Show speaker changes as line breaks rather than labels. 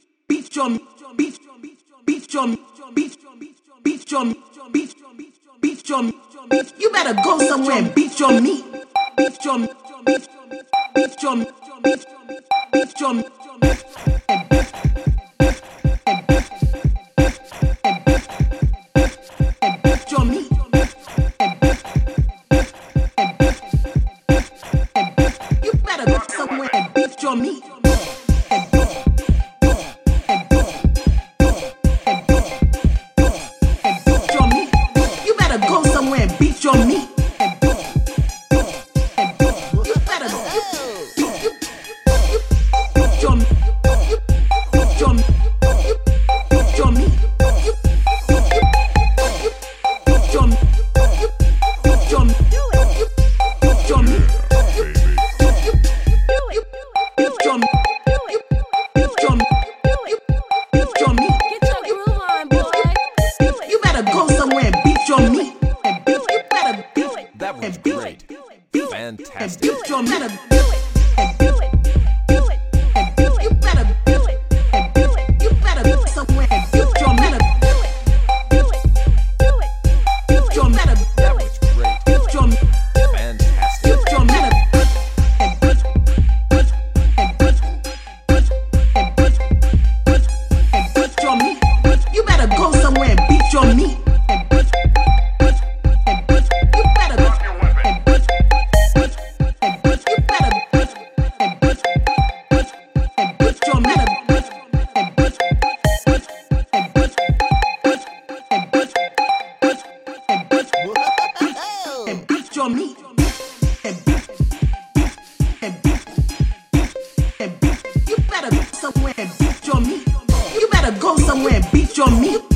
drum, beef drum, beef drum, beef drum, beef drum, beef drum, beef drum, beef drum, beef drum, beef drum, beef. You better go somewhere and beef drum me. Beef drum, beef drum, beef drum, beef drum, beef drum, beef drum, beef beef drum me. You better go somewhere and beef drum me. Beef drum me. You better go somewhere and beef drum me. You better go. You, you, you, you, beef drum me. You, beef drum me. You, beef drum me. You, beef drum me. You, beef drum me. You, beef drum me. Beef drum me. Beef drum me. Beef drum me. You better go somewhere and beef drum me. And beef, you better beef
That was
and beef,
great.
beef and
Fantastic.
beef drum me. And beef, and beef, you better beef and beef, you better beef somewhere and beef drum me. Beef drum me.
That was great.
Beef drum me.
Fantastic.
Beef drum me. And beef, beef, and beef, beef, and beef, beef, and beef drum me. You better go somewhere and beef drum me. And beef, beef, and beef, you better beef and beef, beef, and beef, you better beef and beef, beef, and beef drum me. Beef, and beef, beef, and beef, beef, and beef, beef, and beef, and beef drum me. And beef, beef, and beef, beef, and beef. You better go somewhere and beef drum me. You better go somewhere and beef drum me.